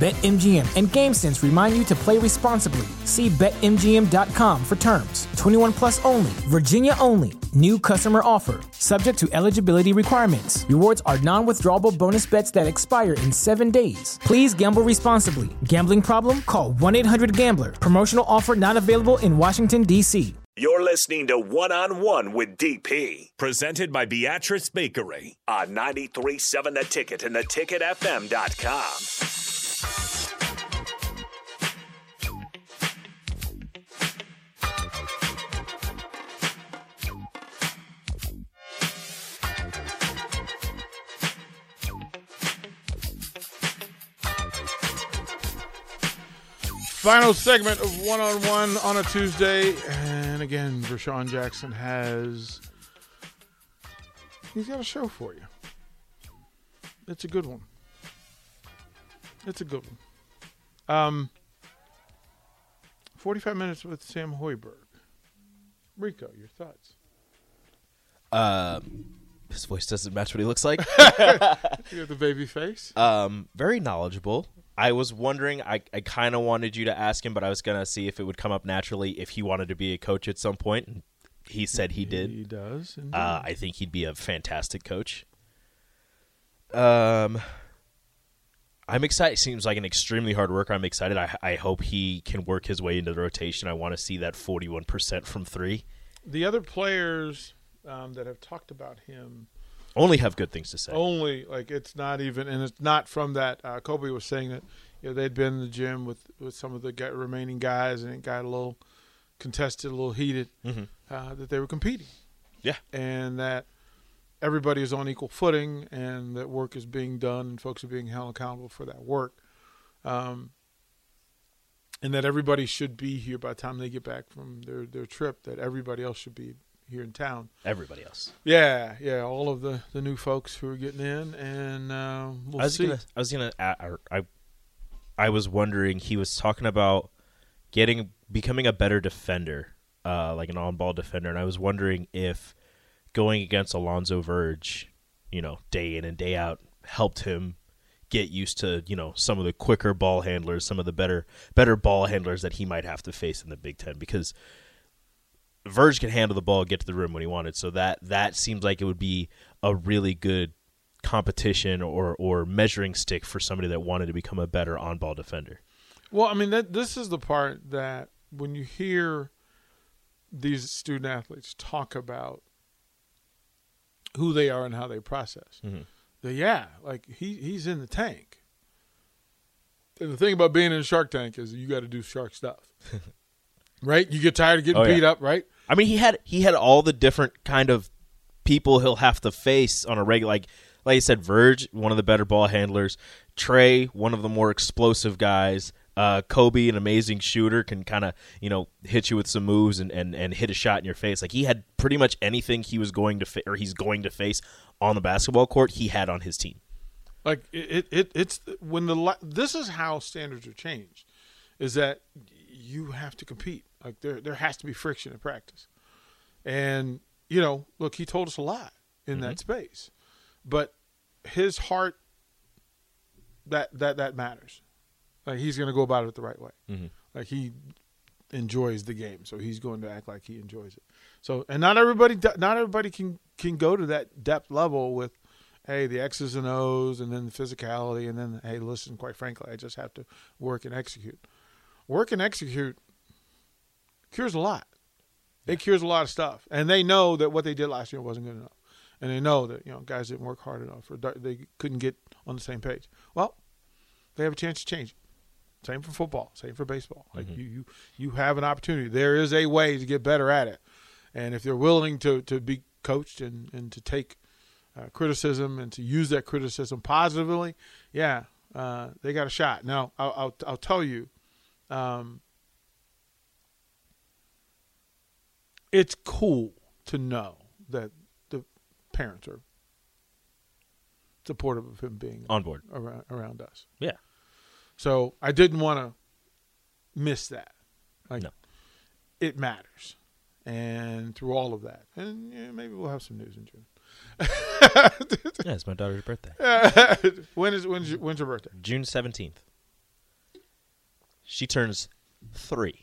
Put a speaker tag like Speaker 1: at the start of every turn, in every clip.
Speaker 1: BetMGM and GameSense remind you to play responsibly. See BetMGM.com for terms. 21 plus only, Virginia only. New customer offer, subject to eligibility requirements. Rewards are non withdrawable bonus bets that expire in seven days. Please gamble responsibly. Gambling problem? Call 1 800 Gambler. Promotional offer not available in Washington, D.C.
Speaker 2: You're listening to One on One with DP, presented by Beatrice Bakery on 937 The Ticket and theticketfm.com.
Speaker 3: Final segment of one on one on a Tuesday. And again, Rashawn Jackson has. He's got a show for you. It's a good one. It's a good one. Um, 45 minutes with Sam Hoiberg. Rico, your thoughts?
Speaker 4: His voice doesn't match what he looks like.
Speaker 3: You have the baby face.
Speaker 4: um, very knowledgeable. I was wondering, I, I kind of wanted you to ask him, but I was going to see if it would come up naturally if he wanted to be a coach at some point. And he said he
Speaker 3: he
Speaker 4: did.
Speaker 3: does. indeed.
Speaker 4: Uh, I think he'd be a fantastic coach. Um, I'm excited. Seems like an extremely hard worker. I'm excited. I, I hope he can work his way into the rotation. I want to see that 41% from three.
Speaker 3: the other players um, that have talked about him
Speaker 4: Only have good things to say.
Speaker 3: only like it's not even and it's not from that uh, kobe was saying that you know, they'd been in the gym with with some of the gu remaining guys and it got a little contested a little heated uh, that they were competing
Speaker 4: Yeah.
Speaker 3: and that everybody is on equal footing and that work is being done and folks are being held accountable for that work um, and that everybody should be here by the time they get back from their, their trip that everybody else should be here in town
Speaker 4: Everybody else.
Speaker 3: yeah, yeah, all of the the new folks who are getting in, and uh, we'll
Speaker 4: I was
Speaker 3: see.
Speaker 4: gonna. I was gonna. a- or I, I was wondering. He was talking about getting becoming a better defender, uh, like an on-ball defender, and I was wondering if going against Alonzo Verge, you know, day in and day out, helped him get used to you know some of the quicker ball handlers, some of the better better ball handlers that he might have to face in the Big Ten because Verge can handle the ball, get to the rim when he wanted. So that that seems like it would be a really good competition or or measuring stick for somebody that wanted to become a better on ball defender.
Speaker 3: Well, I mean, that this is the part that when you hear these student athletes talk about who they are and how they process,
Speaker 4: Mm-hmm.
Speaker 3: the, yeah, like he he's in the tank. And the thing about being in Shark Tank is you got to do shark stuff, right? You get tired of getting
Speaker 4: Oh, yeah.
Speaker 3: beat up, right?
Speaker 4: I mean, he had he had all the different kind of people he'll have to face on a regular like like I said, Verge, one of the better ball handlers, Trey, one of the more explosive guys. Uh, Kobe, an amazing shooter, can kind of you know hit you with some moves and, and, and hit a shot in your face. Like he had pretty much anything he was going to fa- or he's going to face on the basketball court, he had on his team.
Speaker 3: Like it, it, it it's when the la- this is how standards are changed, is that you have to compete. Like there, there has to be friction in practice, and you know, look, he told us a lot in that space, but his heart, that that that matters. Like he's going to go about it the right way. Like he enjoys the game, so he's going to act like he enjoys it. So, and not everybody, do- not everybody can can go to that depth level with, hey, the X's and O's, and then the physicality, and then hey, listen, quite frankly, I just have to work and execute. Work and execute cures a lot. It cures a lot of stuff, and they know that what they did last year wasn't good enough, and they know that you know guys didn't work hard enough or they couldn't get on the same page. Well, they have a chance to change it. Same for football. Same for baseball. Like you, you, you have an opportunity. There is a way to get better at it, and if they're willing to to be coached and and to take uh, criticism and to use that criticism positively, yeah, uh, they got a shot. Now I'll I'll, I'll tell you, um, it's cool to know that the parents are supportive of him being
Speaker 4: on board.
Speaker 3: around, around us.
Speaker 4: Yeah.
Speaker 3: So I didn't want to miss that. Like
Speaker 4: No.
Speaker 3: it matters, and through all of that, and yeah, maybe we'll have some news in
Speaker 4: Yeah, it's my daughter's birthday.
Speaker 3: June. when is when's your, when's your birthday?
Speaker 4: June 17th. She turns 3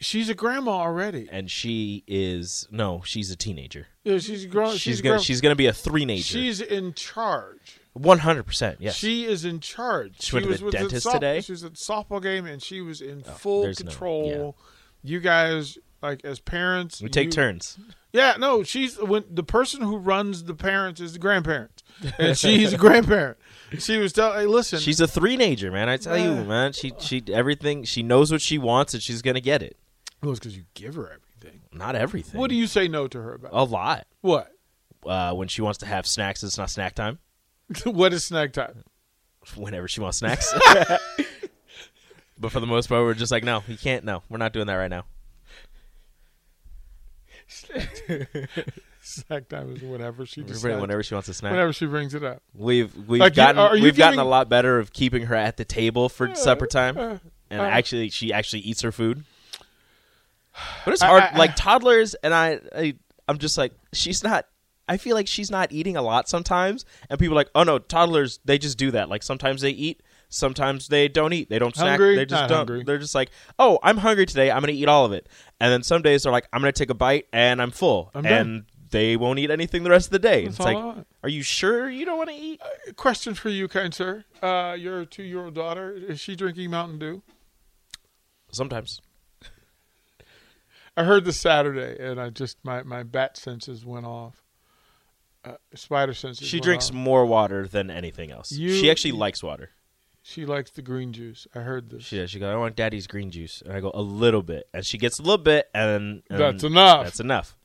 Speaker 3: She's a grandma already.
Speaker 4: and she is no, she's a teenager.
Speaker 3: Yeah, she's grown.
Speaker 4: she's,
Speaker 3: Oh, She's,
Speaker 4: gonna
Speaker 3: grown-
Speaker 4: she's gonna be a three nager.
Speaker 3: she's in charge.
Speaker 4: One hundred percent. Yes.
Speaker 3: She is in charge.
Speaker 4: She went to the dentist
Speaker 3: soft-
Speaker 4: today? Oh,
Speaker 3: She was at the softball game and she was in full
Speaker 4: there's no-
Speaker 3: control. You guys, like as parents,
Speaker 4: we take
Speaker 3: you-
Speaker 4: turns.
Speaker 3: Yeah, no, she's when the person who runs the parents is the grandparents, and she's a grandparent. She was telling, "Hey, listen,
Speaker 4: She's a three nager, man. I tell you, man. She she everything. She knows what she wants, and she's gonna get it.
Speaker 3: well, it's because you give her everything.
Speaker 4: Not everything. Oh.
Speaker 3: What do you say no to her about?
Speaker 4: A lot.
Speaker 3: What?
Speaker 4: Uh, when she wants to have snacks, it's not snack time.
Speaker 3: what is snack time?
Speaker 4: Whenever she wants snacks. but for the most part, we're just like, no, you can't. No, we're not doing that right now.
Speaker 3: Snack time is whenever she decides,
Speaker 4: Whenever, whenever she wants a snack.
Speaker 3: whenever she brings it up.
Speaker 4: We've we've
Speaker 3: Like, you-
Speaker 4: gotten
Speaker 3: are you
Speaker 4: we've gotten
Speaker 3: giving-
Speaker 4: a lot better of keeping her at the table for supper time,
Speaker 3: uh,
Speaker 4: and
Speaker 3: uh.
Speaker 4: actually she actually eats her food. But it's hard,
Speaker 3: I- I-
Speaker 4: like toddlers, and I, I I'm just like she's not. I feel like she's not eating a lot sometimes, and people are like, oh no, toddlers they just do that. Like sometimes they eat, sometimes they don't eat. They don't snack.
Speaker 3: Hungry?
Speaker 4: They just
Speaker 3: Not
Speaker 4: don't.
Speaker 3: hungry.
Speaker 4: They're just like, oh, I'm hungry today. I'm gonna eat all of it. And then some days they're like, I'm gonna take a bite and I'm full,
Speaker 3: I'm
Speaker 4: and
Speaker 3: done.
Speaker 4: they won't eat anything the rest of the day.
Speaker 3: That's all
Speaker 4: it's like,
Speaker 3: I want.
Speaker 4: are you sure you don't want to eat?
Speaker 3: Question for you, kind sir. Uh, your two-year-old daughter is she drinking Mountain Dew?
Speaker 4: Sometimes.
Speaker 3: I heard this Saturday, and I just my my bat senses went off. Uh, spider senses.
Speaker 4: She
Speaker 3: went
Speaker 4: drinks
Speaker 3: off.
Speaker 4: more water than anything else.
Speaker 3: You-
Speaker 4: she actually likes water.
Speaker 3: She likes the green juice. I heard this.
Speaker 4: She she goes, I want daddy's green juice, and I go a little bit, and she gets a little bit, and, and
Speaker 3: That's enough.
Speaker 4: That's enough.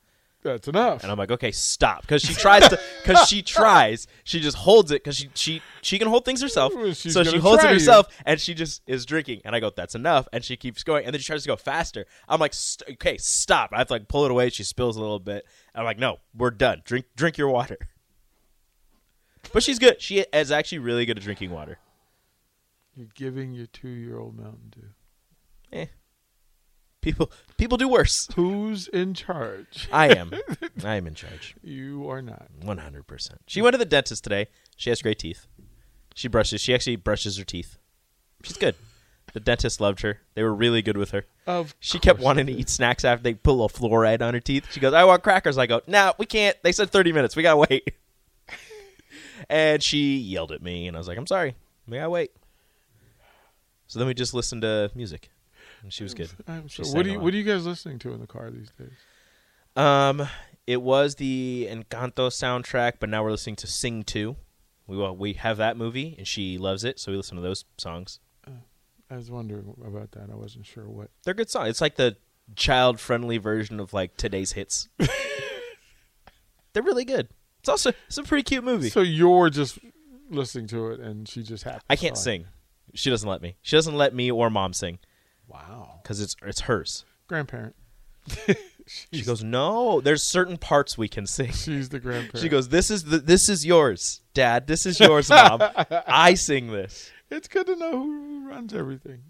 Speaker 3: That's enough.
Speaker 4: And I'm like, okay, stop, because she tries to, because she tries, she just holds it, because she she she can hold things herself,
Speaker 3: Well, she's
Speaker 4: so she
Speaker 3: gonna
Speaker 4: holds it
Speaker 3: try you.
Speaker 4: herself, and she just is drinking, and I go, that's enough, and she keeps going, and then she tries to go faster. I'm like, st- okay, stop. I have to like pull it away. She spills a little bit. I'm like, no, we're done. Drink drink your water. But she's good. She is actually really good at drinking water.
Speaker 3: You're giving your two-year-old Mountain Dew.
Speaker 4: Eh. People people do worse.
Speaker 3: Who's in charge?
Speaker 4: I am. I am in charge.
Speaker 3: You are not.
Speaker 4: 100%. She went to the dentist today. She has great teeth. She brushes. She actually brushes her teeth. She's good. The dentist loved her. They were really good with her.
Speaker 3: Of
Speaker 4: She kept
Speaker 3: course
Speaker 4: wanting to
Speaker 3: they-
Speaker 4: eat snacks after they put a little fluoride on her teeth. She goes, I want crackers. I go, nah, we can't. They said 30 minutes. We got to wait. and she yelled at me, and I was like, I'm sorry. We got to wait. So then we just listened to music, and she was good.
Speaker 3: I'm
Speaker 4: She
Speaker 3: sorry.
Speaker 4: sang
Speaker 3: What do you
Speaker 4: along.
Speaker 3: What are you guys listening to in the car these days?
Speaker 4: Um, it was the Encanto soundtrack, but now we're listening to Sing Two. We well, we have that movie, and she loves it, so we listen to those songs.
Speaker 3: I was wondering about that. I wasn't sure what.
Speaker 4: They're good songs. It's like the child-friendly version of like today's hits. They're really good. It's also it's a pretty cute movie.
Speaker 3: So you're just listening to it, and she just happens.
Speaker 4: I can't
Speaker 3: to like-
Speaker 4: sing. She doesn't let me. She doesn't let me or mom sing
Speaker 3: Wow.
Speaker 4: because it's it's hers.
Speaker 3: Grandparent.
Speaker 4: She goes, no. There's certain parts we can sing.
Speaker 3: She's the grandparent.
Speaker 4: She goes, this is the this is yours, dad. This is yours, mom. I sing this.
Speaker 3: It's good to know who runs everything.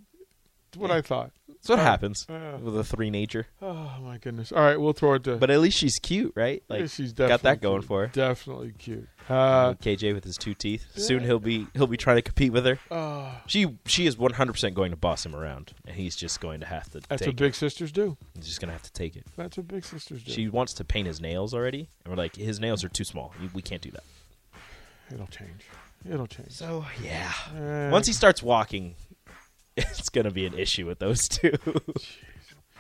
Speaker 3: It's what I thought.
Speaker 4: That's what happens
Speaker 3: yeah.
Speaker 4: with a three nature.
Speaker 3: Oh my goodness. All right, we'll throw it to.
Speaker 4: But at least she's cute, right? Like
Speaker 3: Yeah, she's
Speaker 4: got that
Speaker 3: definitely
Speaker 4: going
Speaker 3: cute.
Speaker 4: for her.
Speaker 3: Definitely cute. Uh,
Speaker 4: KJ with his two teeth. Soon he'll be he'll be trying to compete with her.
Speaker 3: oh,
Speaker 4: She she is 100% going to boss him around, and he's just going to have to
Speaker 3: that's what
Speaker 4: take. It.
Speaker 3: big sisters do.
Speaker 4: He's just going to have to take it.
Speaker 3: That's what big sisters do.
Speaker 4: She wants to paint his nails already, and we're like, his nails are too small. You- We can't do that.
Speaker 3: It'll change. It'll change.
Speaker 4: So yeah,
Speaker 3: Uh,
Speaker 4: once he starts walking, it's going to be an issue with those two.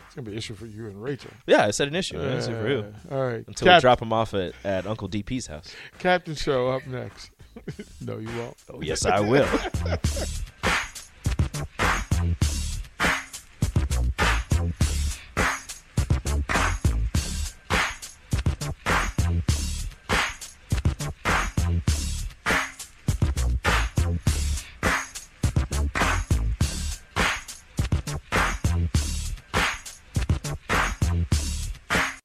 Speaker 3: It's gonna be an issue for you and Rachel.
Speaker 4: yeah, I said an issue. man. It's a real-
Speaker 3: Uh, all right.
Speaker 4: Until we
Speaker 3: Cap-
Speaker 4: drop him off at, at Uncle DP's house.
Speaker 3: Captain Show up next. no, you won't.
Speaker 4: Oh yes, I will.